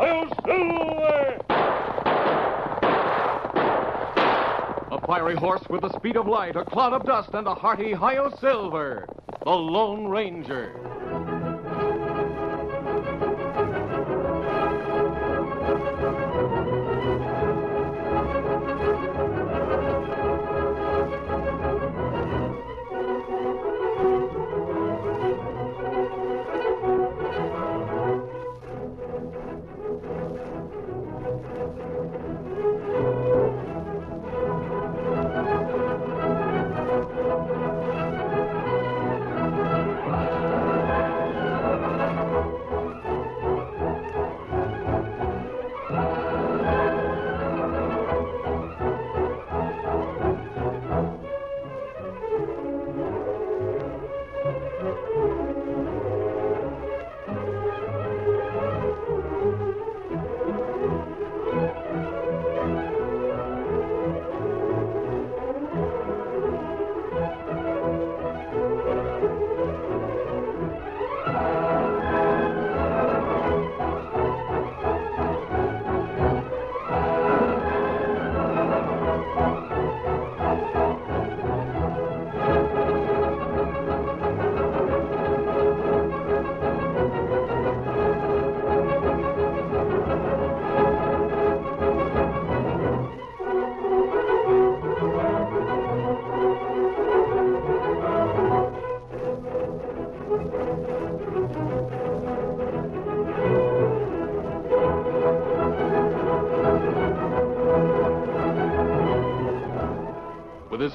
Hail Silver! A fiery horse with the speed of light, a cloud of dust, and a hearty Ohio silver. The Lone Ranger. With his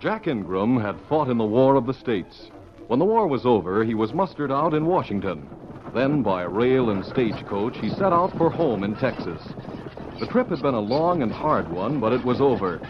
Jack Ingram had fought in the War of the States. When the war was over, he was mustered out in Washington. Then, by rail and stagecoach, he set out for home in Texas. The trip had been a long and hard one, but it was over.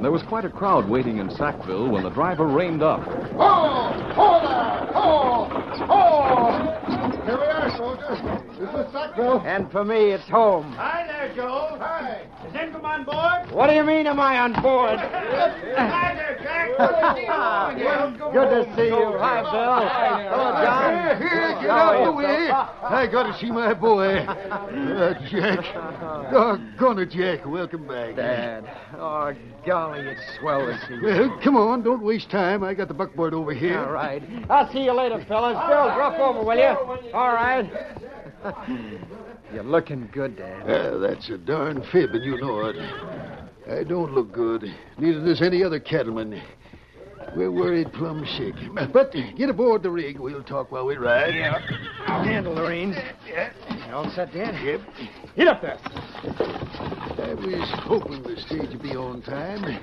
There was quite a crowd waiting in Sackville when the driver reined up. Ho! Ho there! Ho! Ho! Here we are, soldiers. This is Sackville. And for me, it's home. Hi there, Joe. Hi. Does Ingram on board? What do you mean, am I on board? Hi there, Jack. Good to see you all again. Good to see you. Hi, Bill. Hello, John. Here, here, How get out are of the you, way. sir? I got to see my boy. Uh, Jack. Doggone it, Jack. Welcome back. Dad. Oh, golly, it's swell to see you. Well, come on. Don't waste time. I got the buckboard over here. All right. I'll see you later, fellas. Bill, drop over, will you? All right. You're looking good, Dad. Well, Uh, that's a darn fib, and you know it. I don't look good. Neither does any other cattleman. We're worried plumb sick. But get aboard the rig. We'll talk while we ride. I'll handle the reins. All set, Dad? Yep. Get up there. I was hoping the stage would be on time.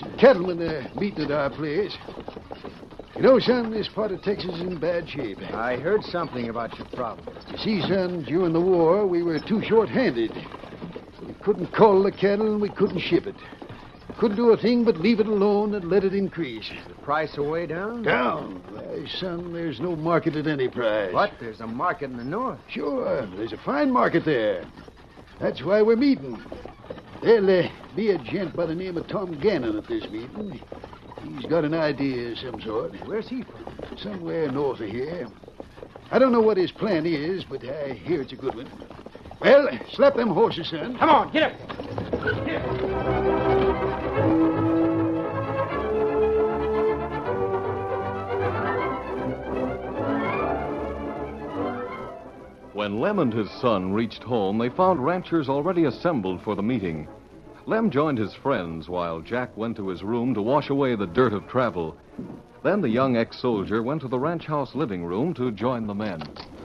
Some cattlemen are meeting at our place. You know, son, this part of Texas is in bad shape. I heard something about your problem. You see, son, during the war, we were too short-handed. We couldn't cull the cattle and we couldn't ship it. Couldn't do a thing but leave it alone and let it increase. The price away down? Down. Why, son, there's no market at any price. What? There's a market in the north. Sure, there's a fine market there. That's why we're meeting. There'll uh, be a gent by the name of Tom Gannon at this meeting. He's got an idea of some sort, Where's he from? somewhere north of here. I don't know what his plan is, but I hear it's a good one. Well, slap them horses, son. Come on, get up. When Lem and his son reached home, they found ranchers already assembled for the meeting. Lem joined his friends while Jack went to his room to wash away the dirt of travel. Then the young ex soldier went to the ranch house living room to join the men.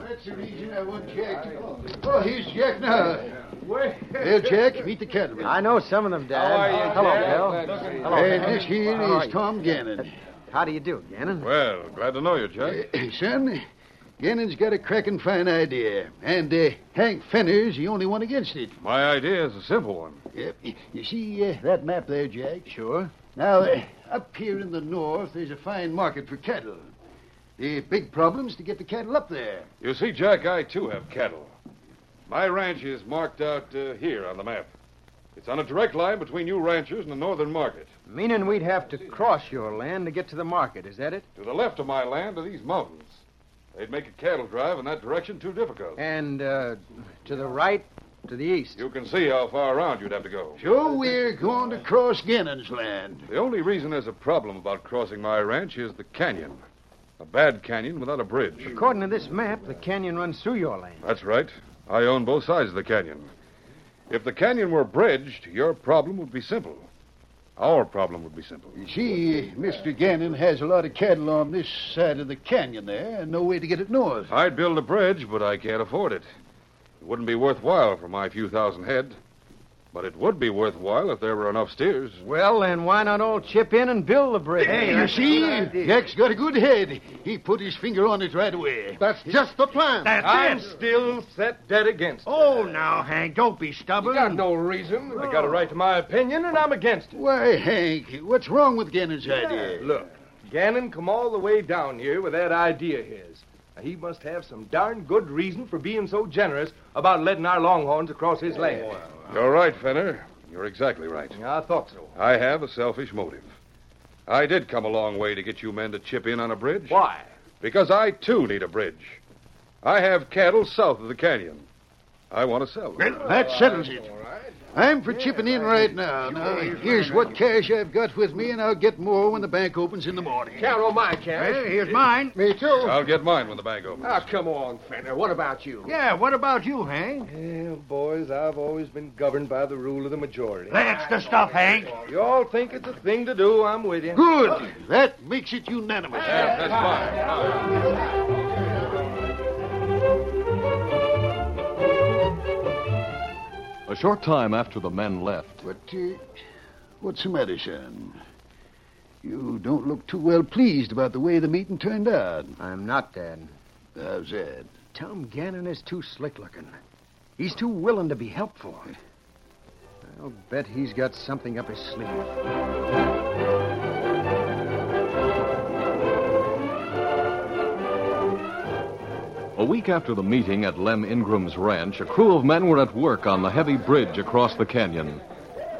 That's the reason I want Jack to. Oh, here's Jack now. Well, Jack, meet the cattleman. I know some of them, Dad. How are you, Hello, Bill. Hello, And Dad. this here How are is you? Tom Gannon. How do you do, Gannon? Well, glad to know you, Jack. Uh, son, Gannon's got a cracking fine idea. And uh, Hank Fenner's the only one against it. My idea is a simple one. Yep. You see uh, that map there, Jack? Sure. Now, uh, up here in the north, there's a fine market for cattle. The big problem's to get the cattle up there. You see, Jack, I too have cattle. My ranch is marked out uh, here on the map. It's on a direct line between you ranchers and the northern market. Meaning we'd have to cross your land to get to the market, is that it? To the left of my land are these mountains. They'd make a cattle drive in that direction too difficult. And uh, to the right, to the east. You can see how far around you'd have to go. So we're going to cross Gannon's land. The only reason there's a problem about crossing my ranch is the canyon. A bad canyon without a bridge. According to this map, the canyon runs through your land. That's right. I own both sides of the canyon. If the canyon were bridged, your problem would be simple. Our problem would be simple. You see, Mr. Gannon has a lot of cattle on this side of the canyon there, and no way to get it north. I'd build a bridge, but I can't afford it. It wouldn't be worthwhile for my few thousand head. But it would be worthwhile if there were enough steers. Well, then why not all chip in and build the bridge? you see, Jack's got a good head. He put his finger on it right away. That's just the plan. I'm still set dead against it. Oh, now, Hank, don't be stubborn. got no reason. I got a right to my opinion, and I'm against it. Why, Hank, what's wrong with Gannon's idea? Look, Gannon come all the way down here with that idea of his. Now, he must have some darn good reason for being so generous about letting our longhorns across his land. Oh, uh, You're right, Fenner. You're exactly right. I thought so. I have a selfish motive. I did come a long way to get you men to chip in on a bridge. Why? Because I, too, need a bridge. I have cattle south of the canyon. I want to sell them. Well, that settles it. I'm for chipping in right now. Now, here's what cash I've got with me, and I'll get more when the bank opens in the morning. Count on my cash. here's mine. Me too. I'll get mine when the bank opens. Ah, come on, Fenner. What about you? Yeah, what about you, Hank? Well, boys, I've always been governed by the rule of the majority. That's the stuff, Hank. You all think it's a thing to do. I'm with you. Good. That makes it unanimous. Yeah, that's fine. A short time after the men left, But uh, what's the matter, son? You don't look too well pleased about the way the meeting turned out. I'm not, Dad. How's that? Tom Gannon is too slick looking. He's too willing to be helpful. I'll bet he's got something up his sleeve. a week after the meeting at Lem Ingram's ranch, a crew of men were at work on the heavy bridge across the canyon.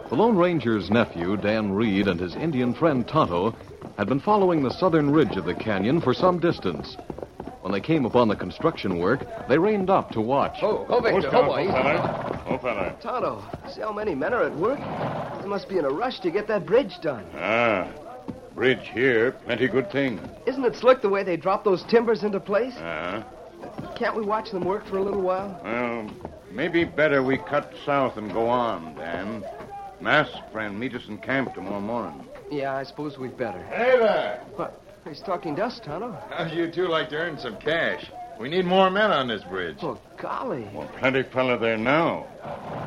The Lone Ranger's nephew, Dan Reed, and his Indian friend Tonto had been following the southern ridge of the canyon for some distance. When they came upon the construction work, they reined up to watch. Oh, oh, Victor. Oh, boy. Oh, fella. Tonto, so many men are at work. They must be in a rush to get that bridge done. Ah, bridge here, plenty good thing. Isn't it slick the way they drop those timbers into place? Ah, Can't we watch them work for a little while? well, maybe better we cut south and go on, Dan. Mass friend, meet us in camp tomorrow morning. Yeah, I suppose we'd better. Hey there! But he's talking to us, Tonto. How'd you two like to earn some cash? We need more men on this bridge. Oh, golly. Well, plenty fella there now.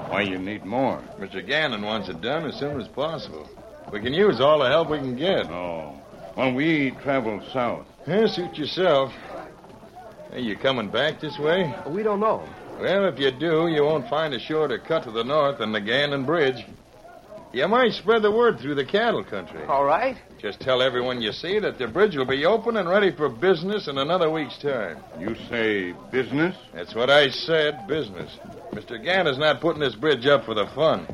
Why you need more? Mr. Gannon wants it done as soon as possible. We can use all the help we can get. Oh. When we travel south. Yeah, suit yourself. Are you coming back this way? We don't know. Well, if you do, you won't find a shorter cut to the north than the Gannon Bridge. You might spread the word through the cattle country. All right. Just tell everyone you see that the bridge will be open and ready for business in another week's time. You say business? That's what I said, business. Mr. Gann is not putting this bridge up for the fun.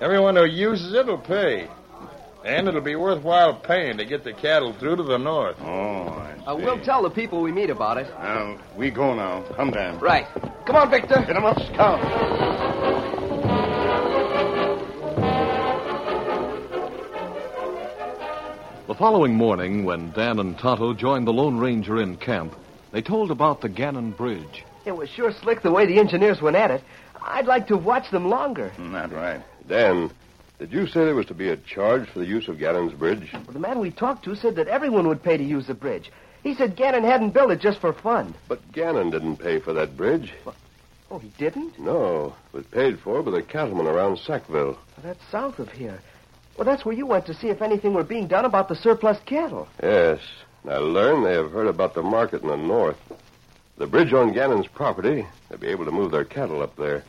Everyone who uses it will pay. And it'll be worthwhile paying to get the cattle through to the north. Oh, I Uh, we'll tell the people we meet about it. Well, we go now. Come down. Right. Come on, Victor. Get him up, scout. The following morning, when Dan and Tonto joined the Lone Ranger in camp, they told about the Gannon Bridge It was sure slick the way the engineers went at it. I'd like to watch them longer. Not Mm, right. Dan, did you say there was to be a charge for the use of Gannon's bridge? The man we talked to said that everyone would pay to use the bridge. He said Gannon hadn't built it just for fun. But Gannon didn't pay for that bridge. Oh, he didn't? No, it was paid for by the cattlemen around Sackville. That's south of here. Well, that's where you went to see if anything were being done about the surplus cattle. Yes, and I learned they have heard about the market in the north. The bridge on Gannon's property, they'll be able to move their cattle up there.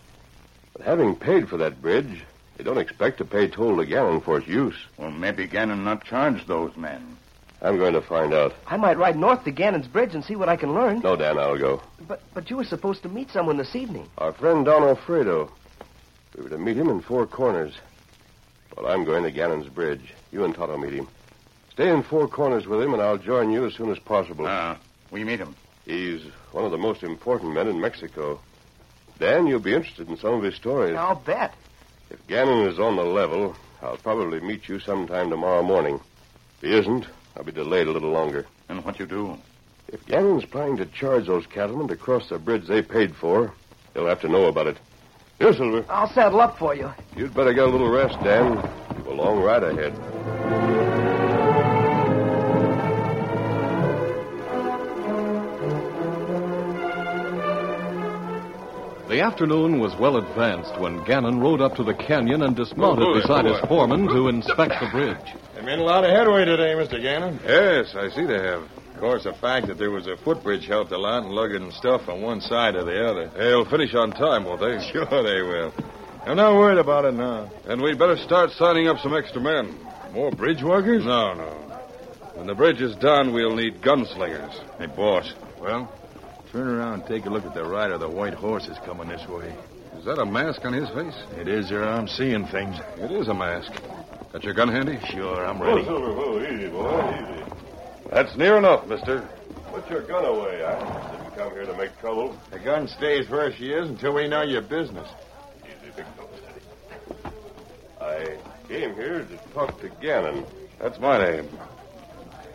But having paid for that bridge, they don't expect to pay toll to Gannon for its use. Well, maybe Gannon not charged those men. I'm going to find out. I might ride north to Gannon's Bridge and see what I can learn. No, Dan, I'll go. But but you were supposed to meet someone this evening. Our friend Don Alfredo. We were to meet him in Four Corners. Well, I'm going to Gannon's Bridge. You and Toto meet him. Stay in Four Corners with him, and I'll join you as soon as possible. Ah, we meet him. He's one of the most important men in Mexico. Dan, you'll be interested in some of his stories. I'll bet. If Gannon is on the level, I'll probably meet you sometime tomorrow morning. If he isn't, I'll be delayed a little longer. And what you do? If Gannon's planning to charge those cattlemen to cross the bridge they paid for, he'll have to know about it. Here, Silver. I'll saddle up for you. You'd better get a little rest, Dan. You've a long ride ahead. The afternoon was well advanced when Gannon rode up to the canyon and dismounted beside his foreman to inspect the bridge. They made a lot of headway today, Mr. Gannon. Yes, I see they have. Of course, the fact that there was a footbridge helped a lot in lugging stuff from one side to the other. They'll finish on time, won't they? Sure they will. I'm not worried about it now. Then we'd better start signing up some extra men. More bridge workers? No, no. When the bridge is done, we'll need gunslingers. Hey, boss. Well? Turn around and take a look at the rider of the white horse is coming this way. Is that a mask on his face? It is, sir. I'm seeing things. It is a mask. Got your gun handy? Sure, I'm ready. Oh, Silver, easy, boy, easy. That's near enough, mister. Put your gun away. I didn't come here to make trouble. The gun stays where she is until we know your business. Easy, big fellow. I came here to talk to Gannon. That's my name.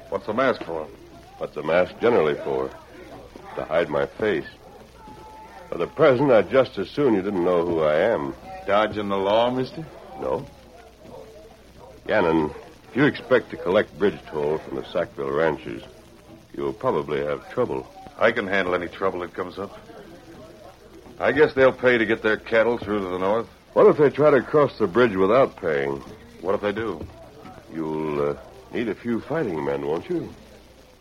What's the mask for? What's the mask generally for? To hide my face. For the present, I'd just as soon you didn't know who I am. Dodging the law, mister? No? Gannon, if you expect to collect bridge toll from the Sackville ranchers, you'll probably have trouble. I can handle any trouble that comes up. I guess they'll pay to get their cattle through to the north. What if they try to cross the bridge without paying? What if they do? You'll uh, need a few fighting men, won't you?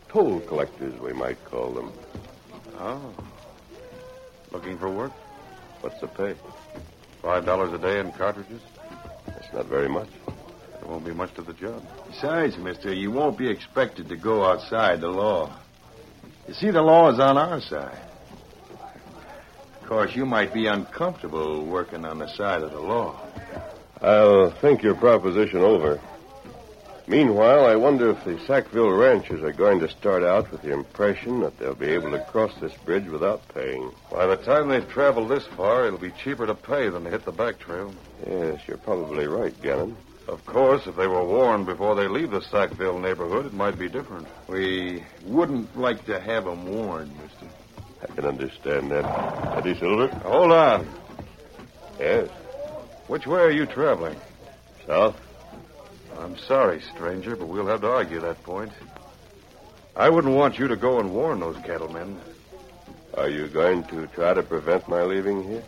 Toll collectors, we might call them. Oh. Looking for work? What's the pay? Five dollars a day in cartridges? That's not very much. There won't be much to the job. Besides, mister, you won't be expected to go outside the law. You see, the law is on our side. Of course, you might be uncomfortable working on the side of the law. I'll think your proposition over. Meanwhile, I wonder if the Sackville ranchers are going to start out with the impression that they'll be able to cross this bridge without paying. By the time they've traveled this far, it'll be cheaper to pay than to hit the back trail. Yes, you're probably right, Gannon. Of course, if they were warned before they leave the Sackville neighborhood, it might be different. We wouldn't like to have them warned, mister. I can understand that. Eddie Silver? Hold on. Yes, Which way are you traveling? South. I'm sorry, stranger, but we'll have to argue that point. I wouldn't want you to go and warn those cattlemen. Are you going to try to prevent my leaving here?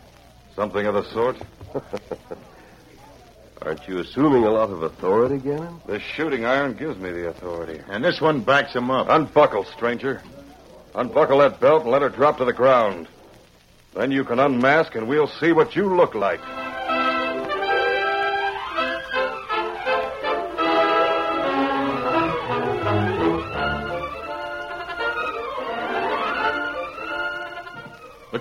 Something of the sort. Aren't you assuming a lot of authority, Gannon? The shooting iron gives me the authority. And this one backs him up. Unbuckle, stranger. Unbuckle that belt and let her drop to the ground. Then you can unmask and we'll see what you look like. The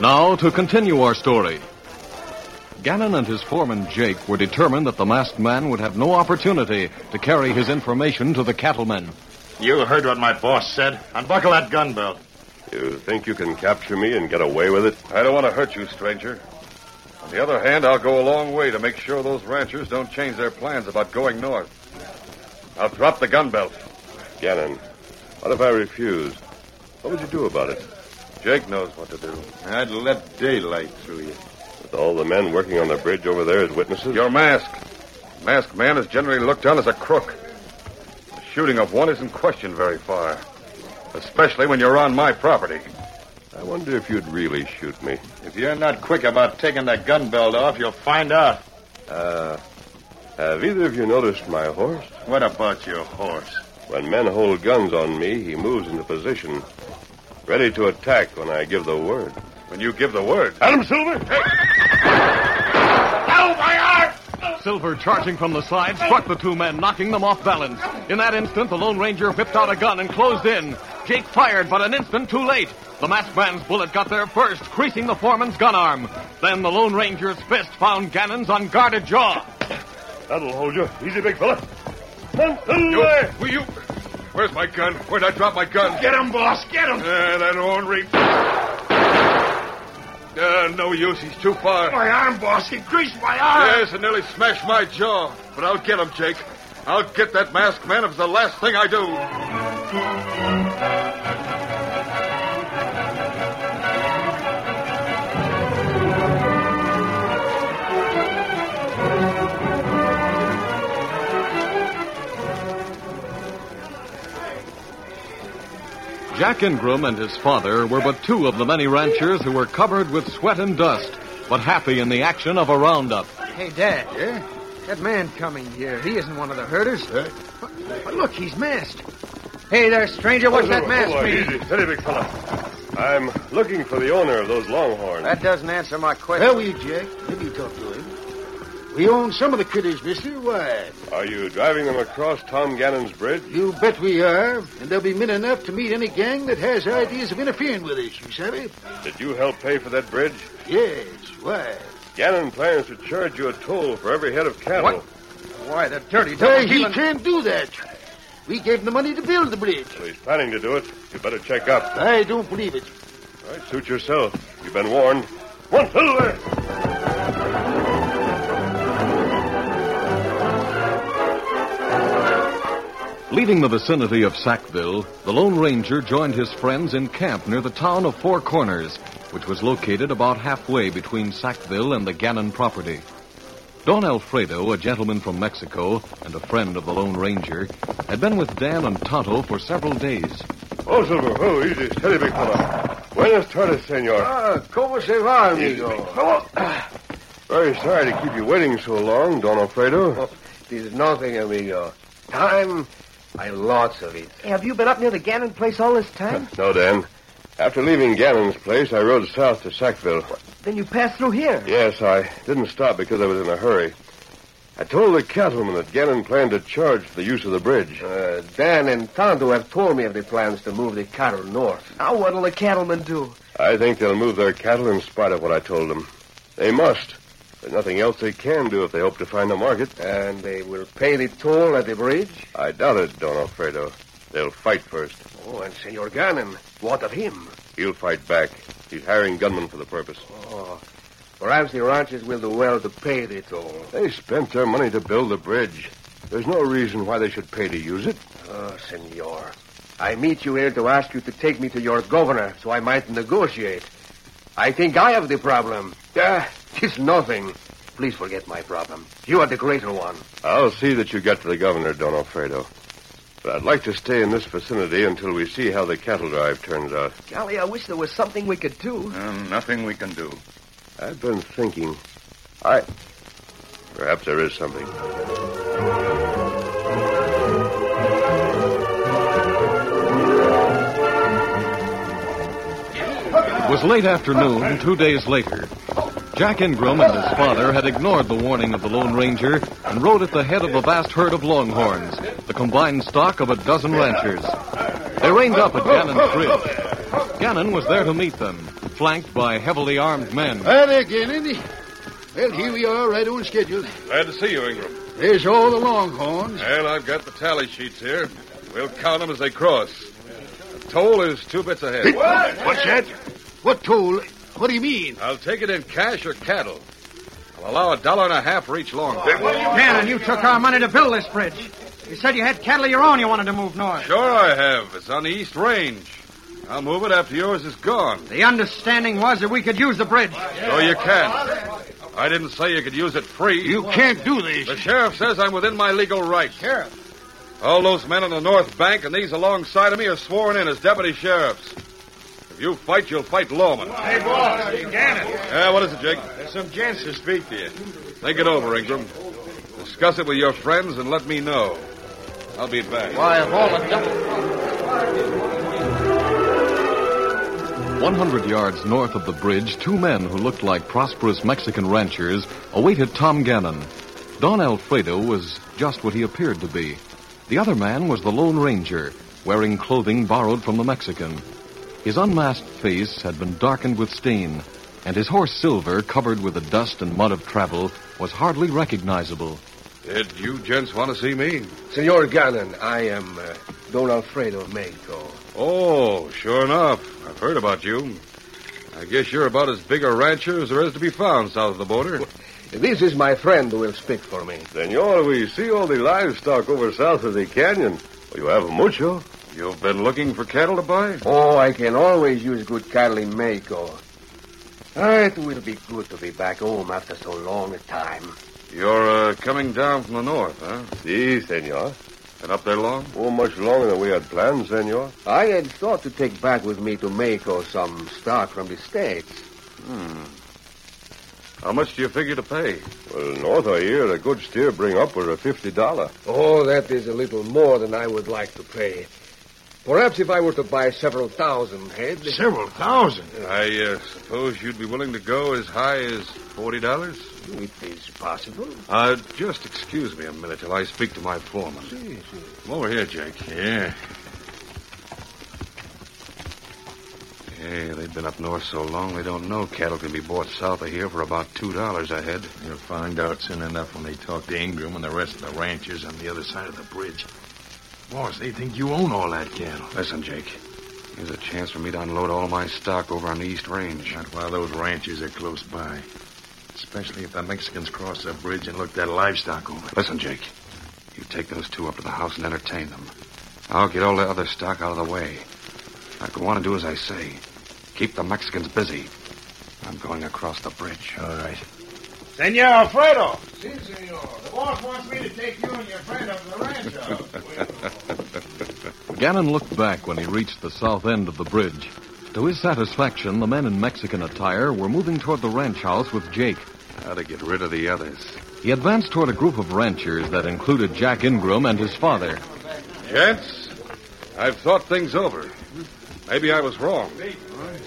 Now, to continue our story. Gannon and his foreman Jake were determined that the masked man would have no opportunity to carry his information to the cattlemen. You heard what my boss said. Unbuckle that gun belt. You think you can capture me and get away with it? I don't want to hurt you, stranger. On the other hand, I'll go a long way to make sure those ranchers don't change their plans about going north. I'll drop the gun belt. Gannon, what if I refuse? What would you do about it? Jake knows what to do. I'd let daylight through you. With all the men working on the bridge over there as witnesses? Your mask. Masked man is generally looked on as a crook. The shooting of one isn't questioned very far, especially when you're on my property. I wonder if you'd really shoot me. If you're not quick about taking that gun belt off, you'll find out. Uh, have either of you noticed my horse? What about your horse? When men hold guns on me, he moves into position, ready to attack when I give the word. When you give the word. Adam Silver! Now, my arm! Silver, charging from the side, struck the two men, knocking them off balance. In that instant, the Lone Ranger whipped out a gun and closed in. Jake fired, but an instant too late. The masked man's bullet got there first, creasing the foreman's gun arm. Then the Lone Ranger's fist found Gannon's unguarded jaw. That'll hold you. Easy, big fella. You, will you? Where's my gun? Where'd I drop my gun? Get him, boss! Get him! Ah, that ornery. Uh, no use. He's too far. My arm, boss! He greased my arm! Yes, and nearly smashed my jaw. But I'll get him, Jake. I'll get that masked man if it's the last thing I do. Jack Ingram and his father were but two of the many ranchers who were covered with sweat and dust, but happy in the action of a roundup. Hey, Dad. Yeah? That man coming here, he isn't one of the herders. But, but look, he's masked. Hey there, stranger, what's that mask mean? Easy, steady, big fella. I'm looking for the owner of those longhorns. That doesn't answer my question. Well, we, Jack. Let me talk to him. We own some of the critters, mister. Why? Are you driving them across Tom Gannon's bridge? You bet we are. And there'll be men enough to meet any gang that has ideas of interfering with us, you savvy? Did you help pay for that bridge? Yes. Why? Gannon plans to charge you a toll for every head of cattle. What? Why, the dirty Why, double he dealing... can't do that. We gave him the money to build the bridge. So he's planning to do it. You better check up. I don't believe it. All right, suit yourself. You've been warned. One silver! Leaving the vicinity of Sackville, the Lone Ranger joined his friends in camp near the town of Four Corners, which was located about halfway between Sackville and the Gannon property. Don Alfredo, a gentleman from Mexico and a friend of the Lone Ranger, had been with Dan and Tonto for several days. Oh, Silver. Oh, easy. Steady, big fella. Buenos tardes, senor. Ah, como se va, amigo? Very sorry to keep you waiting so long, Don Alfredo. There's nothing, amigo. Time, I lots of it. Have you been up near the Gannon place all this time? No, Dan. After leaving Gannon's place, I rode south to Sackville. then you passed through here. Yes, I didn't stop because I was in a hurry. I told the cattleman that Gannon planned to charge for the use of the bridge. Uh, Dan and Tonto have told me of the plans to move the cattle north. Now what'll the cattlemen do? I think they'll move their cattle in spite of what I told them. They must. There's nothing else they can do if they hope to find a market. And they will pay the toll at the bridge? I doubt it, Don Alfredo. They'll fight first. Oh, and Senor Gannon, what of him? He'll fight back. He's hiring gunmen for the purpose. Oh, perhaps the ranchers will do well to pay the toll. They spent their money to build the bridge. There's no reason why they should pay to use it. Oh, senor. I meet you here to ask you to take me to your governor so I might negotiate. I think I have the problem. Ah, it's nothing. Please forget my problem. You are the greater one. I'll see that you get to the governor, Don Alfredo. But I'd like to stay in this vicinity until we see how the cattle drive turns out. Golly, I wish there was something we could do. Uh, nothing we can do. I've been thinking. I. Perhaps there is something. It was late afternoon, two days later. Jack Ingram and his father had ignored the warning of the Lone Ranger and rode at the head of the vast herd of longhorns, the combined stock of a dozen ranchers. They reined up at Gannon's bridge. Gannon was there to meet them, flanked by heavily armed men. Hi there, Gannon. Well, here we are, right on schedule. Glad to see you, Ingram. There's all the longhorns. Well, I've got the tally sheets here. We'll count them as they cross. The toll is two bits ahead. What's that? What toll? What do you mean? I'll take it in cash or cattle. I'll allow a dollar and a half for each longhorn. Cannon, you took our money to build this bridge. You said you had cattle of your own you wanted to move north. Sure I have. It's on the east range. I'll move it after yours is gone. The understanding was that we could use the bridge. So you can. I didn't say you could use it free. You can't do this. The sheriff says I'm within my legal rights. Sheriff? All those men on the north bank and these alongside of me are sworn in as deputy sheriffs. If you fight, you'll fight lawmen. Hey, boss, you can it. Yeah, what is it, Jake? There's some chance to speak to you. Think it over, Ingram. Discuss it with your friends and let me know. I'll be back. Why, of all the devil. 100 yards north of the bridge, two men who looked like prosperous Mexican ranchers awaited Tom Gannon. Don Alfredo was just what he appeared to be. The other man was the Lone Ranger, wearing clothing borrowed from the Mexican. His unmasked face had been darkened with stain, and his horse Silver, covered with the dust and mud of travel, was hardly recognizable. Did you gents want to see me? Senor Gannon, I am uh, Don Alfredo of Mexico. Oh, sure enough. I've heard about you. I guess you're about as big a rancher as there is to be found south of the border. This is my friend who will speak for me. Senor, we see all the livestock over south of the canyon. You have mucho. You've been looking for cattle to buy? Oh, I can always use good cattle in Mexico. Ah, It will be good to be back home after so long a time. You're uh, coming down from the north, huh? Si, senor. Been up there long? Oh, much longer than we had planned, senor. I had thought to take back with me to Mexico some stock from the States. Hmm. How much do you figure to pay? Well, north of here, a good steer bring up with a fifty dollar. Oh, that is a little more than I would like to pay. Perhaps if I were to buy several thousand head. Several thousand? I uh, suppose you'd be willing to go as high as $40? It is possible. Uh, just excuse me a minute till I speak to my foreman. Come over here, Jake. Yeah. Hey, they've been up north so long they don't know cattle can be bought south of here for about two dollars a head. You'll find out soon enough when they talk to Ingram and the rest of the ranchers on the other side of the bridge. Boss, they think you own all that cattle. Listen, Jake. Here's a chance for me to unload all my stock over on the East Range. Not while those ranchers are close by. Especially if the Mexicans cross the bridge and look that livestock over. Listen, Jake. You take those two up to the house and entertain them. I'll get all the other stock out of the way. Now go on and do as I say. Keep the Mexicans busy. I'm going across the bridge. All right. Senor Alfredo. Si, senor. The boss wants me to take you and your friend up to the ranch Gannon looked back when he reached the south end of the bridge. To his satisfaction, the men in Mexican attire were moving toward the ranch house with Jake. How to get rid of the others. He advanced toward a group of ranchers that included Jack Ingram and his father. Gents, I've thought things over. Maybe I was wrong.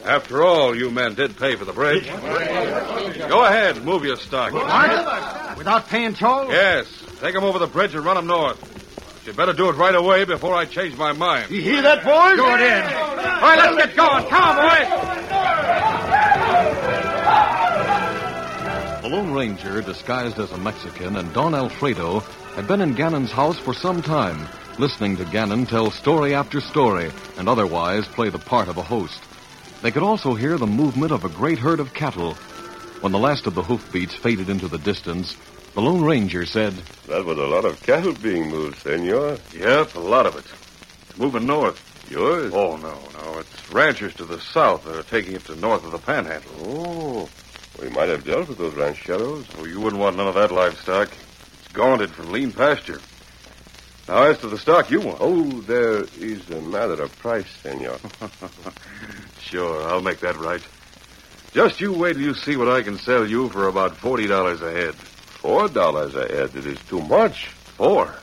After all, you men did pay for the bridge. Go ahead, move your stock. What? Without paying toll? Yes, take 'em over the bridge and run 'em north. But you better do it right away before I change my mind. You hear that, boys? Go it in. All right, let's get going. Come on, boys. The Lone Ranger, disguised as a Mexican, and Don Alfredo had been in Gannon's house for some time, listening to Gannon tell story after story and otherwise play the part of a host. They could also hear the movement of a great herd of cattle. When the last of the hoofbeats faded into the distance, the Lone Ranger said, That was a lot of cattle being moved, senor. Yep, a lot of it. It's moving north. Yours? Oh, no, no. It's ranchers to the south that are taking it to north of the panhandle. Oh, we might have dealt with those rancheros. Oh, you wouldn't want none of that livestock. It's gaunted from lean pasture. Now, as to the stock you want. Oh, there is a matter of price, senor. sure, I'll make that right. Just you wait till you see what I can sell you for about $40 a head. Four dollars a head. It is too much. Four?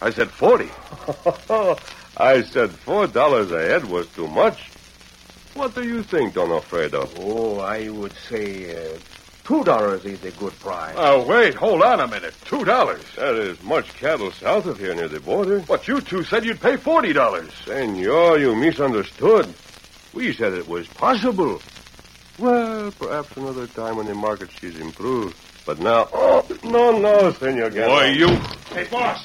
I said 40. I said four dollars a head was too much. What do you think, Don Alfredo? Oh, I would say uh, two dollars is a good price. Oh, wait, hold on a minute. Two dollars? There is much cattle south of here near the border. But you two said you'd pay $40. Senor, you misunderstood. We said it was possible. Well, perhaps another time when the market she's improved. But now, oh, no, no, Senor Gannon. Why, you- Hey, boss.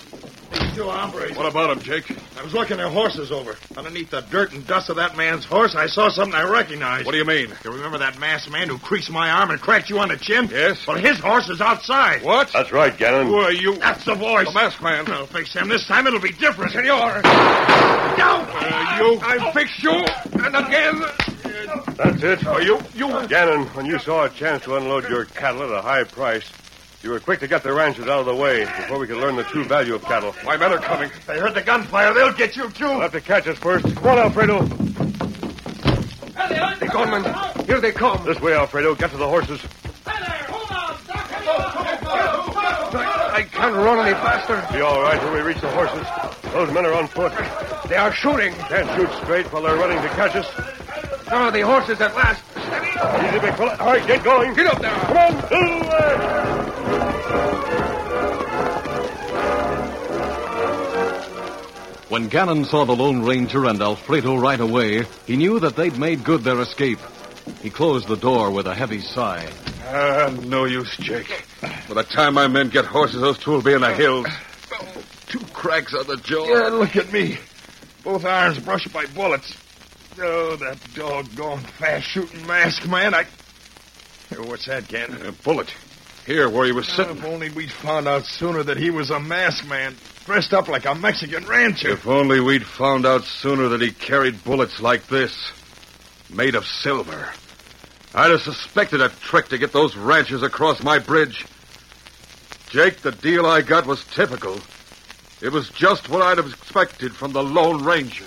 These two hombres. What about him, Jake? I was looking their horses over. Underneath the dirt and dust of that man's horse, I saw something I recognized. What do you mean? You remember that masked man who creased my arm and cracked you on the chin? Yes. Well, his horse is outside. What? That's right, Gannon. Who are you? That's the voice. The masked man. I'll fix him. This time it'll be different. Senor. Down. you. I fix you. And again. That's it. Oh, you, you. Gannon, when you saw a chance to unload your cattle at a high price, you were quick to get the ranchers out of the way before we could learn the true value of cattle. My men are coming. They heard the gunfire. They'll get you, too. They'll have to catch us first. Come on, Alfredo. They come, man. Here they come. This way, Alfredo. Get to the horses. I can't run any faster. Be all right when we reach the horses. Those men are on foot. They are shooting. Can't shoot straight while they're running to catch us. One of the horses at last. Easy, big fella. All right, get going. Get up there. Come on. Little lad. When Gannon saw the Lone Ranger and Alfredo right away, he knew that they'd made good their escape. He closed the door with a heavy sigh. Ah, no use, Jake. By the time my men get horses, those two will be in the hills. Oh, Two cracks on the jaw. Yeah, look at me. Both arms brushed by bullets. Oh, that doggone fast shooting mask, man. I. Here, what's that, Ken? A bullet. Here, where he was sitting. If only we'd found out sooner that he was a masked man, dressed up like a Mexican rancher. If only we'd found out sooner that he carried bullets like this, made of silver. I'd have suspected a trick to get those ranchers across my bridge. Jake, the deal I got was typical. It was just what I'd have expected from the Lone Ranger.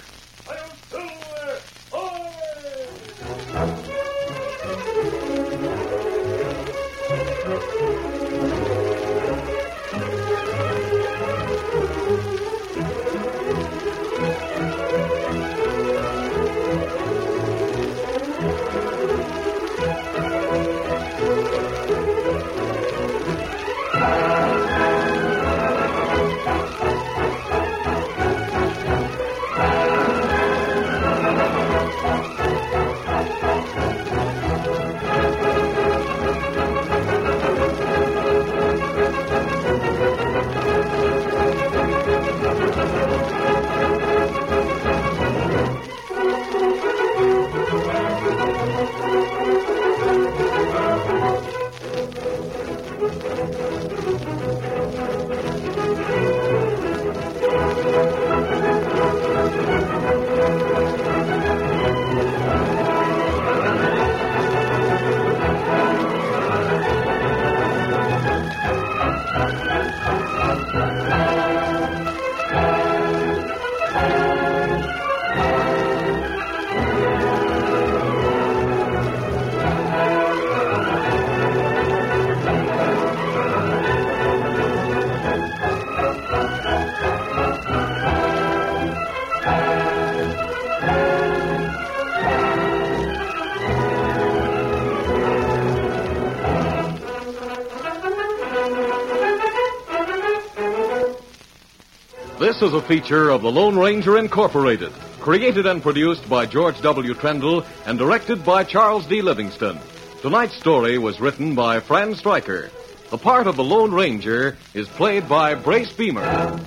This is a feature of the Lone Ranger Incorporated, created and produced by George W. Trendle and directed by Charles D. Livingston. Tonight's story was written by Fran Stryker. The part of the Lone Ranger is played by Brace Beamer.